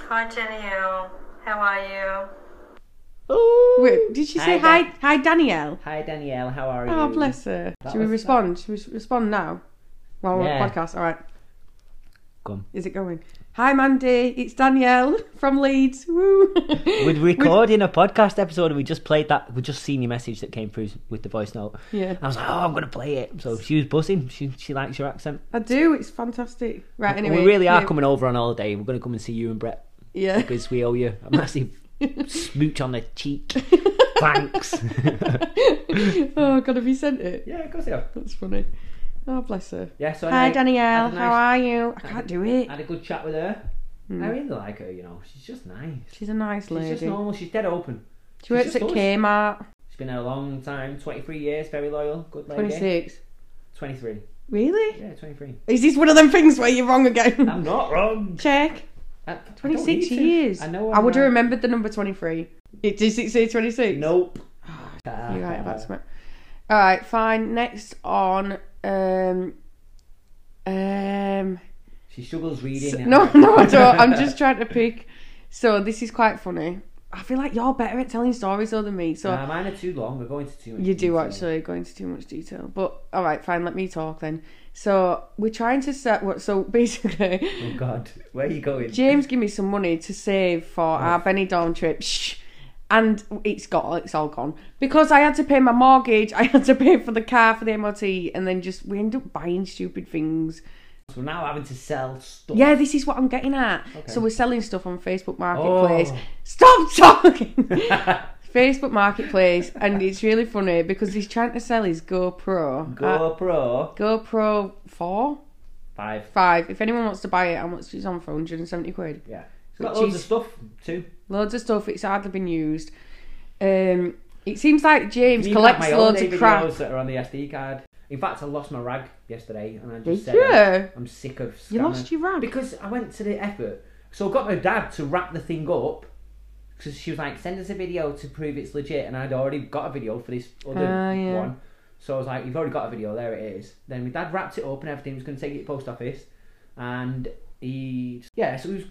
Speaker 3: Hi Jenny O, how are you?
Speaker 2: Ooh.
Speaker 1: Wait, did she
Speaker 2: Hi,
Speaker 1: say
Speaker 2: Dan-
Speaker 1: hi? Hi, Danielle.
Speaker 2: Hi, Danielle. How are
Speaker 1: Oh,
Speaker 2: you?
Speaker 1: bless her.
Speaker 2: That
Speaker 1: Should we
Speaker 2: was-
Speaker 1: respond? Should we s- respond now? While we're on
Speaker 2: Yeah.
Speaker 1: the podcast. All right.
Speaker 2: Come.
Speaker 1: Is it going? Hi, Mandy. It's Danielle [laughs] from Leeds. Woo. [laughs]
Speaker 2: We're recording a podcast episode and we just played that. We just seen your message that came through with the voice note.
Speaker 1: Yeah.
Speaker 2: I was like, oh, I'm going to play it. So she was buzzing. She, she likes your accent.
Speaker 1: I do. It's fantastic. Right.
Speaker 2: And
Speaker 1: Anyway,
Speaker 2: we really are
Speaker 1: yeah,
Speaker 2: coming over on holiday. We're going to come and see you and Brett [laughs]
Speaker 1: Yeah.
Speaker 2: because we owe you a massive smooch
Speaker 1: [laughs]
Speaker 2: on the cheek. Thanks.
Speaker 1: oh God, have you sent it?
Speaker 2: Yeah, of course they have.
Speaker 1: That's funny. Oh bless her.
Speaker 2: Yeah, so
Speaker 1: Hi
Speaker 2: anyway,
Speaker 1: Danielle,
Speaker 2: had a nice-
Speaker 1: how are you? I can't do it.
Speaker 2: I had a good chat with her.
Speaker 1: Hmm.
Speaker 2: I really like her, you know. She's just nice.
Speaker 1: She's a nice
Speaker 2: She's just
Speaker 1: lady.
Speaker 2: normal. She's dead open.
Speaker 1: She works
Speaker 2: just
Speaker 1: at
Speaker 2: us.
Speaker 1: Kmart.
Speaker 2: She's been there a long time 23 years, very loyal, good lady.
Speaker 1: Twenty six.
Speaker 2: 23.
Speaker 1: Really?
Speaker 2: Yeah, 23.
Speaker 1: Is this one of them things where you're wrong [laughs] again?
Speaker 2: I'm not wrong.
Speaker 1: Check.
Speaker 2: I- I
Speaker 1: Twenty
Speaker 2: don't need
Speaker 1: six
Speaker 2: to.
Speaker 1: years.
Speaker 2: I know.
Speaker 1: I
Speaker 2: I'm
Speaker 1: would have
Speaker 2: right.
Speaker 1: remembered the number twenty three. It does it say twenty six?
Speaker 2: Nope.
Speaker 1: [sighs]
Speaker 2: Uh,
Speaker 1: You're right about something. All right, fine. Next on, um, um,
Speaker 2: She's She struggles reading.
Speaker 1: So-
Speaker 2: and-
Speaker 1: no, [laughs] no, I don't. I'm just trying to pick. So this is quite funny. I feel like you're better at telling stories though than me. So
Speaker 2: Nah, mine are too long. We're going to too much.
Speaker 1: You do
Speaker 2: detail.
Speaker 1: actually go into too much detail, but all right, fine. Let me talk then. So we're trying to set what. So
Speaker 2: Oh
Speaker 1: basically,
Speaker 2: God, where are you going?
Speaker 1: James gave me some money to save for our Benidorm trip, Shh. and it's got it's all gone because I had to pay my mortgage, [laughs] I had to pay for the car for the MOT, and then just we end up buying stupid things.
Speaker 2: We're now having to sell stuff. [laughs]
Speaker 1: Yeah, this is what I'm getting at.
Speaker 2: Okay.
Speaker 1: So we're selling stuff on Facebook Marketplace. Stop [laughs] talking. Facebook Marketplace, and it's really funny because he's trying to sell his GoPro. Uh,
Speaker 2: GoPro
Speaker 1: GoPro 4?
Speaker 2: five.
Speaker 1: 5. If anyone wants to buy it, how much is on for 170 quid?
Speaker 2: Yeah, it's
Speaker 1: Which
Speaker 2: got loads
Speaker 1: is-
Speaker 2: of stuff too.
Speaker 1: Loads of stuff, it's hardly been used. Um, it seems like James
Speaker 2: Even
Speaker 1: collects
Speaker 2: my
Speaker 1: loads
Speaker 2: holiday
Speaker 1: of crap.
Speaker 2: videos that are on the SD card. In fact, I lost my rag yesterday, and I
Speaker 1: Did
Speaker 2: just said, I'm-
Speaker 1: you?
Speaker 2: "I'm sick of." Scanner.
Speaker 1: You lost your rag?
Speaker 2: because I went to the effort. So I got my dad to wrap the thing up because she was like, "Send us a video to prove it's legit," and I'd already got a video for this other
Speaker 1: Ah, yeah.
Speaker 2: one. So I was like, "You've already got a video. There it is." Then my dad wrapped it up and everything. He was going to take it to post office, and he yeah. So he was,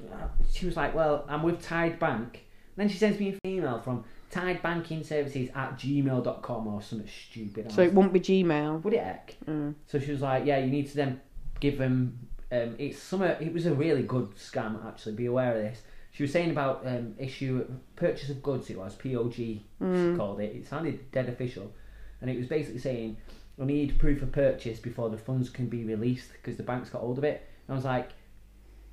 Speaker 2: she was like, "Well, I'm with Tide Bank." then she sends me an email from Tide Banking Services at gmail.com or something stupid. I
Speaker 1: So
Speaker 2: was
Speaker 1: it won't be Gmail.
Speaker 2: what the heck?
Speaker 1: Mm.
Speaker 2: So she was like, yeah, you need to then give them. Um, it's some. It was a really good scam, actually. Be aware of this. She was saying about um, issue purchase of goods. It was POG. She
Speaker 1: Mm.
Speaker 2: called it. It sounded dead official, and it was basically saying, "I need proof of purchase before the funds can be released because the bank's got hold of it." And I was like,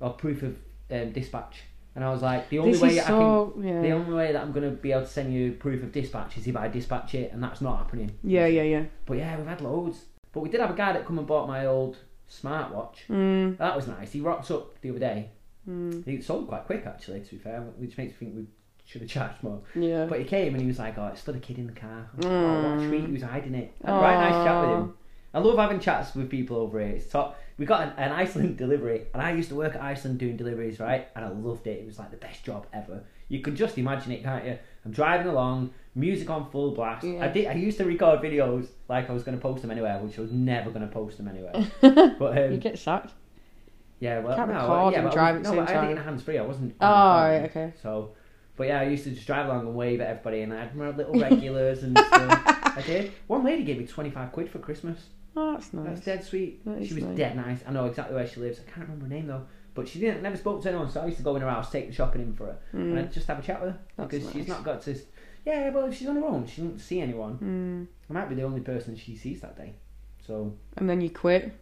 Speaker 2: "Or proof of um, dispatch." And I was like, "The only
Speaker 1: This
Speaker 2: way
Speaker 1: is
Speaker 2: I can."
Speaker 1: so. Yeah.
Speaker 2: The only way that I'm going to be able to send you proof of dispatch is if I dispatch it, and that's not happening.
Speaker 1: yeah, yeah, yeah.
Speaker 2: But yeah, we've had loads. But we did have a guy that come and bought my old smartwatch.
Speaker 1: Mm,
Speaker 2: That was nice. He rocked up the other day.
Speaker 1: mm,
Speaker 2: He sold quite quick, actually, to be fair, which makes me think we should have charged more.
Speaker 1: yeah.
Speaker 2: But he came and he was like, "Oh, it's still a kid in the car." I was like, Oh, what a
Speaker 1: Mm.
Speaker 2: treat! He was hiding it. I had a right nice chat with him. I love having chats with people over here. It's top. We got an, an Iceland delivery, and I used to work at Iceland doing deliveries, right? And I loved it. It was like the best job ever. You can just imagine it, can't you? I'm driving along, music on full blast. I
Speaker 1: Yeah.
Speaker 2: did. I used to record videos like I was going to post them anywhere, which I was never going to post
Speaker 1: [laughs]
Speaker 2: them anywhere. But
Speaker 1: you
Speaker 2: um,
Speaker 1: get sacked.
Speaker 2: yeah, well,
Speaker 1: can't
Speaker 2: no, uh,
Speaker 1: record
Speaker 2: yeah,
Speaker 1: and
Speaker 2: but I
Speaker 1: drive
Speaker 2: was-
Speaker 1: at the
Speaker 2: no,
Speaker 1: same
Speaker 2: I had it
Speaker 1: time.
Speaker 2: in hands free. I wasn't.
Speaker 1: Oh, right,
Speaker 2: driving,
Speaker 1: okay.
Speaker 2: So, but yeah, I used to just drive along and wave at everybody, and I had my
Speaker 1: [laughs]
Speaker 2: little regulars and stuff. I did. One lady gave me twenty five quid for Christmas.
Speaker 1: Oh, that's
Speaker 2: That's
Speaker 1: nice.
Speaker 2: dead sweet.
Speaker 1: That is
Speaker 2: she was
Speaker 1: nice.
Speaker 2: dead nice. I know exactly where she lives. I can't remember her name though. But she didn't never spoke to anyone, so I used to go in her house, take the shopping in for her, and
Speaker 1: Mm,
Speaker 2: I'd just have a chat with her
Speaker 1: That's
Speaker 2: because she's
Speaker 1: nice.
Speaker 2: not got to. s- Yeah, well, if she's on her own, she doesn't see anyone.
Speaker 1: mm.
Speaker 2: I might be the only person she sees that day. So
Speaker 1: And then you quit.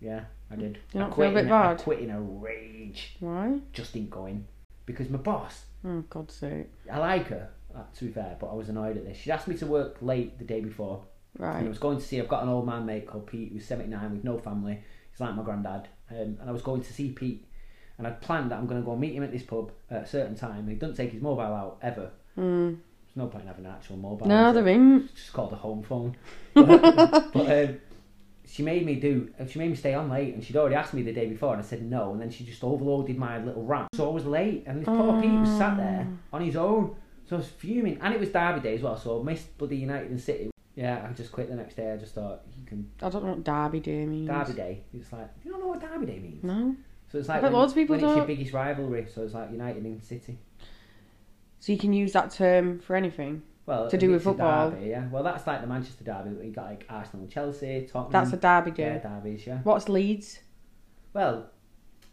Speaker 2: yeah, I did.
Speaker 1: You
Speaker 2: I
Speaker 1: don't feel
Speaker 2: quit
Speaker 1: a bit
Speaker 2: in, I
Speaker 1: bad?
Speaker 2: quit in a rage.
Speaker 1: Why?
Speaker 2: Just didn't go in because my boss.
Speaker 1: Oh, God's sake.
Speaker 2: I like her. uh, To be fair, but I was annoyed at this. She asked me to work late the day before, And I
Speaker 1: Right.
Speaker 2: was going to see, I've got an old man mate called Pete who's 79 with no family. He's like my granddad. Um, and I was going to see Pete. And I'd planned that I'm going to go meet him at this pub at a certain time. He doesn't take his mobile out ever.
Speaker 1: Mm.
Speaker 2: There's no point in having an actual mobile.
Speaker 1: No,
Speaker 2: is it?
Speaker 1: there ain't.
Speaker 2: It's just called a home phone. [laughs] but um, she made me do, she made me stay on late. And she'd already asked me the day before. And I said no. And then she just overloaded my little RAM. So I was late. And this poor Pete was sat there
Speaker 1: Ah.
Speaker 2: on his own. So I was fuming. And it was Derby Day as well. So I missed bloody United and City. Yeah, I just quit the next day. I just thought, you can
Speaker 1: I don't know what Derby Day means.
Speaker 2: Derby Day. It's like you don't know what Derby Day means.
Speaker 1: No.
Speaker 2: So it's like
Speaker 1: bet
Speaker 2: when,
Speaker 1: loads of people
Speaker 2: when it's your
Speaker 1: don't.
Speaker 2: biggest rivalry. So it's like United and City.
Speaker 1: So you can use that term for anything.
Speaker 2: Well,
Speaker 1: To
Speaker 2: if
Speaker 1: do with
Speaker 2: it's a
Speaker 1: football.
Speaker 2: derby, yeah. Well, that's like the Manchester Derby. But you got like Arsenal, Chelsea, Tottenham.
Speaker 1: That's a Derby Day.
Speaker 2: Um, yeah, derbies. Yeah.
Speaker 1: What's Leeds?
Speaker 2: Well,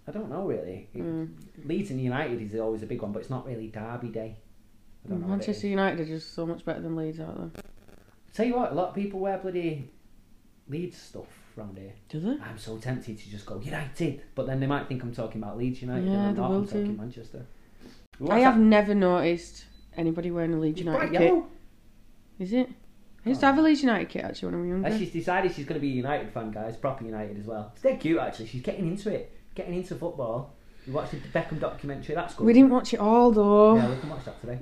Speaker 2: I don't know really. It-
Speaker 1: Mm.
Speaker 2: Leeds and United is always a big one, but it's not really Derby Day. I don't know. what it
Speaker 1: Manchester
Speaker 2: is.
Speaker 1: United are just so much better than Leeds, aren't they?
Speaker 2: Tell you what, a lot of people wear bloody Leeds stuff round here.
Speaker 1: Do they?
Speaker 2: I'm so tempted to just go United, but then they might think I'm talking about Leeds United. and
Speaker 1: Yeah,
Speaker 2: I'm
Speaker 1: they
Speaker 2: not.
Speaker 1: will
Speaker 2: I'm talking
Speaker 1: do.
Speaker 2: Manchester.
Speaker 1: I
Speaker 2: What's
Speaker 1: have
Speaker 2: that?
Speaker 1: never noticed anybody wearing a Leeds
Speaker 2: It's
Speaker 1: United
Speaker 2: bright
Speaker 1: kit.
Speaker 2: yellow.
Speaker 1: Is it? I
Speaker 2: Oh.
Speaker 1: used to have a Leeds United kit actually when I was younger.
Speaker 2: And she's decided she's going to be a United fan, guys. Proper United as well. It's dead cute, actually. She's getting into it, getting into football. We watched the Beckham documentary. That's good.
Speaker 1: We didn't watch it all though.
Speaker 2: Yeah,
Speaker 1: Yeah.
Speaker 2: we can watch that today.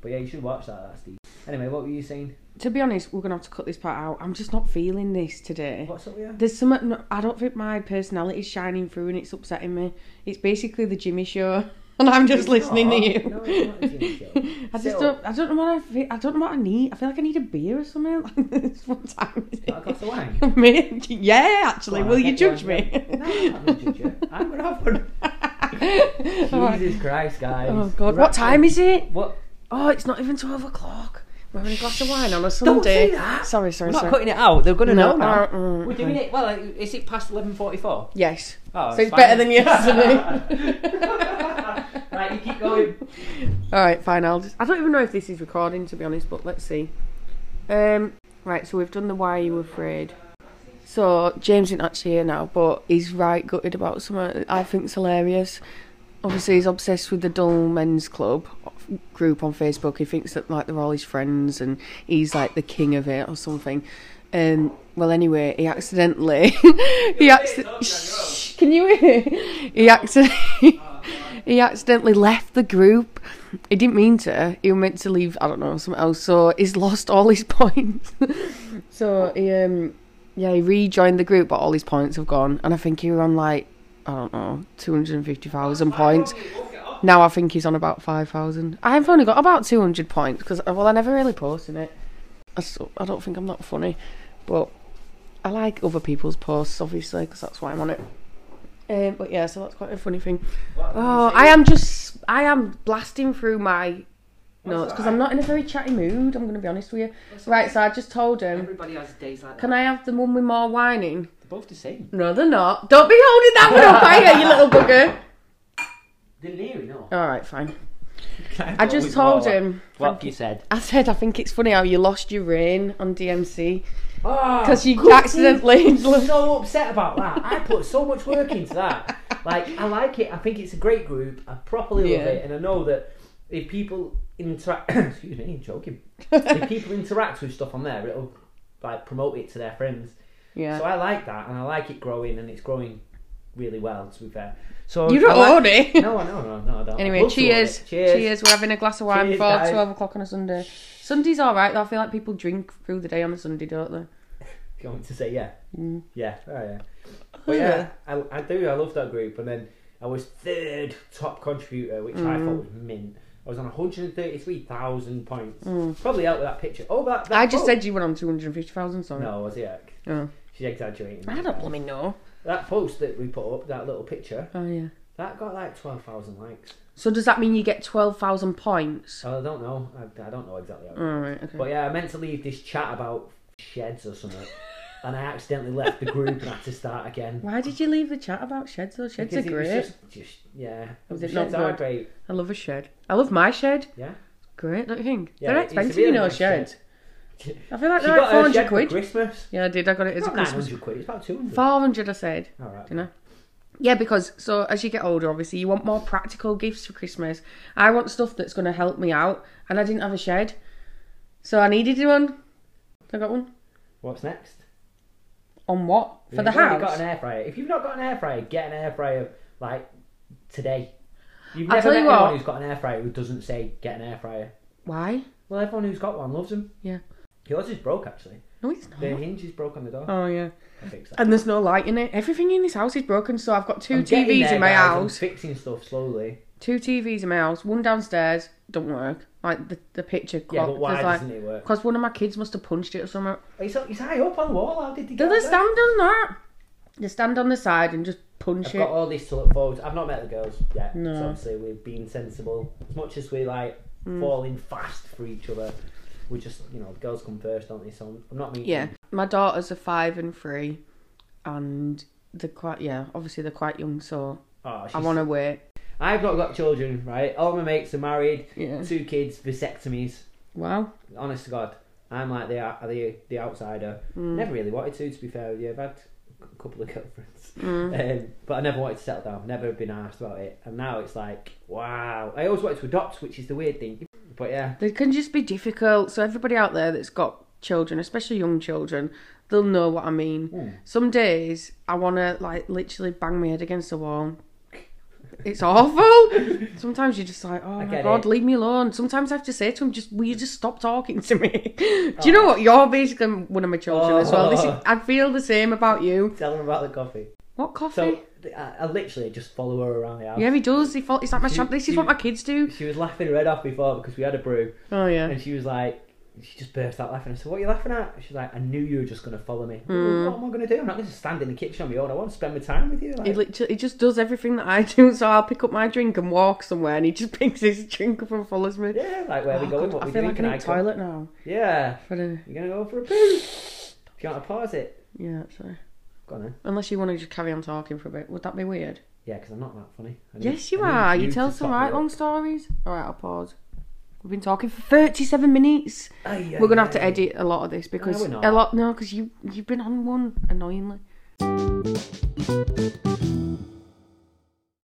Speaker 2: But yeah, you should watch that. That's deep. Anyway, what were you saying?
Speaker 1: To be honest, we're gonna have to cut this part out. I'm just not feeling this today.
Speaker 2: What's up with you?
Speaker 1: There's some. No, I don't think my personality is shining through, and it's upsetting me. It's basically the Jimmy Show. [laughs] and I'm just
Speaker 2: It's
Speaker 1: listening
Speaker 2: not.
Speaker 1: to you.
Speaker 2: No, it's not a Jimmy show.
Speaker 1: [laughs] I just
Speaker 2: So-
Speaker 1: don't. I don't know what I feel. I don't know what I need. I feel like I need a beer or something. [laughs] Like this one time.
Speaker 2: Not a glass of wine.
Speaker 1: [laughs] Me? Yeah, actually.
Speaker 2: Go on,
Speaker 1: Will
Speaker 2: I'll
Speaker 1: you
Speaker 2: get you
Speaker 1: judge
Speaker 2: on
Speaker 1: me?
Speaker 2: film. No, I'm not gonna
Speaker 1: [laughs]
Speaker 2: judge you. I'm gonna have one. [laughs]
Speaker 1: Alright.
Speaker 2: Jesus Christ, guys.
Speaker 1: Oh God! What time is it?
Speaker 2: What?
Speaker 1: Oh, it's not even twelve o'clock. We're having a glass of wine on a Sunday.
Speaker 2: Don't say that.
Speaker 1: Sorry, sorry,
Speaker 2: We're not
Speaker 1: sorry.
Speaker 2: cutting it out. They're gonna know
Speaker 1: No,
Speaker 2: now.
Speaker 1: uh, mm,
Speaker 2: We're doing it. Well, is it past eleven forty-four?
Speaker 1: Yes.
Speaker 2: Oh,
Speaker 1: so it's
Speaker 2: fine.
Speaker 1: better than yesterday.
Speaker 2: [laughs] right, you keep going.
Speaker 1: All right, fine. I'll just. I don't even know if this is recording, to be honest. But let's see. Um. Right. So we've done the why you were afraid. So James isn't actually here now, but he's right gutted about something I think's hilarious. Obviously, he's obsessed with the Dull Men's Club group on Facebook. He thinks that like they're all his friends, and he's like the king of it or something. Um. Well, anyway, he accidentally. [laughs] he accidentally. Can you hear? He accidentally. [laughs] he accidentally left the group. He didn't mean to. He was meant to leave. I don't know something else. So he's lost all his [laughs] points. so he, um, yeah, he rejoined the group, but all his points have gone. And I think he was on like I don't know, two hundred and fifty thousand points. Now I think he's on about five thousand. I've only got about two hundred points because well, I never really posted it. I, so, I don't think I'm that funny, but I like other people's posts obviously because that's why I'm on it. Um, but yeah, so that's quite a funny thing. Oh, I am just, I am blasting through my notes because I'm not in a very chatty mood. I'm going to be honest with you. Right, so I just told him,
Speaker 2: Everybody has days like
Speaker 1: can I have the one with more whining?
Speaker 2: They're both the same.
Speaker 1: No, they're not. Don't be holding that one
Speaker 2: [laughs]
Speaker 1: up, are you, you little bugger?
Speaker 2: They're near enough.
Speaker 1: All right, fine. [laughs] I just told him.
Speaker 2: What you said.
Speaker 1: I said, I think it's funny how you lost your reign on DMC
Speaker 2: Because
Speaker 1: because you accidentally.
Speaker 2: Ah, so upset about that. I put so much work into that. Like, I like it. I think it's a great group. I properly love
Speaker 1: Yeah.
Speaker 2: it, and I know that if people interact, [coughs] excuse me, I'm joking.
Speaker 1: [laughs]
Speaker 2: if people interact with stuff on there, it'll like promote it to their friends. So
Speaker 1: yeah.
Speaker 2: I like that, and I like it growing, and it's growing really well. To be fair, so
Speaker 1: You don't
Speaker 2: I like-
Speaker 1: own it.
Speaker 2: [laughs] No, no, no, no. I don't. I'd
Speaker 1: Anyway,
Speaker 2: love to own
Speaker 1: cheers.
Speaker 2: it.
Speaker 1: cheers.
Speaker 2: cheers,
Speaker 1: We're having a glass of wine
Speaker 2: Cheers,
Speaker 1: before
Speaker 2: guys.
Speaker 1: 12 o'clock on a Sunday. Sunday's alright, though. I feel like people drink through the day on a Sunday, don't they?
Speaker 2: You want me to say yeah,
Speaker 1: Mm.
Speaker 2: yeah, oh yeah.
Speaker 1: [laughs]
Speaker 2: But yeah, I, I do. I love that group, and then I was third top contributor, which
Speaker 1: Mm.
Speaker 2: I thought was mint. I was on 133,000 points. Probably out with that picture. Oh, that. that
Speaker 1: Mm. I just
Speaker 2: photo.
Speaker 1: said you went on 250,000, sorry.
Speaker 2: No, was it?
Speaker 1: Oh.
Speaker 2: She's exaggerating.
Speaker 1: I don't blooming know.
Speaker 2: That post that we put up, that little picture,
Speaker 1: Oh, yeah.
Speaker 2: that got like 12,000 likes. Oh,
Speaker 1: So does that mean you get 12,000 points?
Speaker 2: I don't know. I, I don't know exactly. How
Speaker 1: Alright, okay.
Speaker 2: But yeah, I meant to leave this chat about sheds
Speaker 1: [laughs]
Speaker 2: or something, and I accidentally left the group and had to start again.
Speaker 1: Why did you leave the chat about sheds, though? Sheds
Speaker 2: Because
Speaker 1: are
Speaker 2: it was
Speaker 1: great.
Speaker 2: Just, just, yeah.
Speaker 1: Was
Speaker 2: The
Speaker 1: it not
Speaker 2: sheds are
Speaker 1: good?
Speaker 2: great.
Speaker 1: I love a shed. I love my shed.
Speaker 2: Yeah.
Speaker 1: Great, don't you think?
Speaker 2: Yeah,
Speaker 1: they're
Speaker 2: it's a
Speaker 1: expensive,
Speaker 2: really
Speaker 1: you know,
Speaker 2: nice
Speaker 1: sheds.
Speaker 2: shed.
Speaker 1: I feel like
Speaker 2: She
Speaker 1: they're like
Speaker 2: got a
Speaker 1: 400
Speaker 2: shed for
Speaker 1: quid.
Speaker 2: Christmas.
Speaker 1: Yeah, I did. I got it as
Speaker 2: It's
Speaker 1: a
Speaker 2: not
Speaker 1: Christmas.
Speaker 2: 900 quid. It's about 200.
Speaker 1: 400, I said.
Speaker 2: All right.
Speaker 1: you know. Yeah, because so as you get older, obviously you want more practical gifts for Christmas. I want stuff that's going to help me out, and I didn't have a shed, so I needed one. I got one
Speaker 2: What's next?
Speaker 1: on what for the
Speaker 2: You've already
Speaker 1: house?
Speaker 2: Got an air fryer. If you've not got an air fryer, get an air fryer like today. You've
Speaker 1: I'll
Speaker 2: never
Speaker 1: tell
Speaker 2: met
Speaker 1: you what.
Speaker 2: anyone who's got an air fryer who doesn't say get an air fryer.
Speaker 1: Why?
Speaker 2: Well, everyone who's got one loves them.
Speaker 1: Yeah.
Speaker 2: Yours is broke actually.
Speaker 1: No, it's not.
Speaker 2: The hinge is broke on the door.
Speaker 1: Oh yeah,
Speaker 2: I fixed that.
Speaker 1: and there's no light in it. Everything in this house is broken, so I've got 2
Speaker 2: I'm getting
Speaker 1: TVs
Speaker 2: there,
Speaker 1: in my
Speaker 2: guys. I'm
Speaker 1: house.
Speaker 2: fixing stuff slowly.
Speaker 1: Two TVs in my house. One downstairs don't work. Like the the picture clock.
Speaker 2: Yeah, but why
Speaker 1: there's, like,
Speaker 2: doesn't it work?
Speaker 1: Because one of my kids must have punched it or something.
Speaker 2: It's, it's high up on the wall. How did you
Speaker 1: Do
Speaker 2: get
Speaker 1: they
Speaker 2: that?
Speaker 1: stand on that? They stand on the side and just punch
Speaker 2: I've
Speaker 1: it.
Speaker 2: got all this to look forward to. I've not met the girls yet.
Speaker 1: No. Mm.
Speaker 2: So obviously we've been sensible. As much as we like falling fast for each other, we just you know, the girls come first, don't they? So I'm- I'm not meeting
Speaker 1: Yeah, my daughters are five and three, and they're quite yeah. Obviously, they're quite young, so
Speaker 2: Oh,
Speaker 1: I
Speaker 2: she's-
Speaker 1: want to wait.
Speaker 2: I've not got children, right? All my mates are married,
Speaker 1: Yeah.
Speaker 2: two kids, vasectomies.
Speaker 1: Wow.
Speaker 2: Honest to God. I'm like the are the the outsider.
Speaker 1: Mm.
Speaker 2: Never really wanted to, to be fair with you. I've had a couple of [laughs] girlfriends,
Speaker 1: Mm.
Speaker 2: um, but I never wanted to settle down. Never been asked about it, and now it's like, wow. I always wanted to adopt, which is the weird thing. But yeah,
Speaker 1: They can just be difficult. So everybody out there that's got children, especially young children, they'll know what I mean.
Speaker 2: Hmm.
Speaker 1: Some days I want to like literally bang my head against the wall. It's
Speaker 2: [laughs]
Speaker 1: awful. Sometimes you're just like, oh my
Speaker 2: get
Speaker 1: god,
Speaker 2: it.
Speaker 1: leave me alone. Sometimes I have to say to him, just will you just stop talking to me? [laughs] Do you know what? You're basically one of my children as well. This is,
Speaker 2: Oh.
Speaker 1: I feel the same about you.
Speaker 2: tell them about the coffee.
Speaker 1: What coffee?
Speaker 2: So th- I, I literally just follow her around the house.
Speaker 1: yeah, he does. He fo- he's like my
Speaker 2: Do-
Speaker 1: champ. This is
Speaker 2: do-
Speaker 1: what my kids do.
Speaker 2: She was laughing her head off before because we had a brew,
Speaker 1: Oh yeah.
Speaker 2: and she was like, she just burst out laughing. I said, "What are you laughing at?" She's like, "I knew you were just going to follow me.
Speaker 1: Mm.
Speaker 2: What am I going to do? I'm not going to stand in the kitchen on my own. I want to spend my time with you." Like,
Speaker 1: He literally he just does everything that I [laughs] do. So I'll pick up my drink and walk somewhere, and he just [laughs] picks his drink up and follows me.
Speaker 2: yeah, like where we
Speaker 1: Oh,
Speaker 2: going?
Speaker 1: God,
Speaker 2: What
Speaker 1: I
Speaker 2: we
Speaker 1: feel
Speaker 2: doing?
Speaker 1: like I
Speaker 2: Can
Speaker 1: need
Speaker 2: I
Speaker 1: a
Speaker 2: come?
Speaker 1: toilet now.
Speaker 2: Yeah,
Speaker 1: For the
Speaker 2: you're going to go for a poo. If you want to pause it,
Speaker 1: yeah, sorry.
Speaker 2: go on then.
Speaker 1: Unless you want to just carry on talking for a bit, would that be weird?
Speaker 2: Yeah, because I'm not that funny. I need-
Speaker 1: Yes, you
Speaker 2: I need
Speaker 1: are. You
Speaker 2: to
Speaker 1: tell some
Speaker 2: stop me
Speaker 1: right
Speaker 2: up.
Speaker 1: long stories. All right, I'll pause. We've been talking for thirty-seven minutes.
Speaker 2: Aye,
Speaker 1: We're gonna
Speaker 2: aye,
Speaker 1: have to
Speaker 2: aye.
Speaker 1: edit a lot of this because
Speaker 2: we're not.
Speaker 1: a lot no, because you you've been on one annoyingly.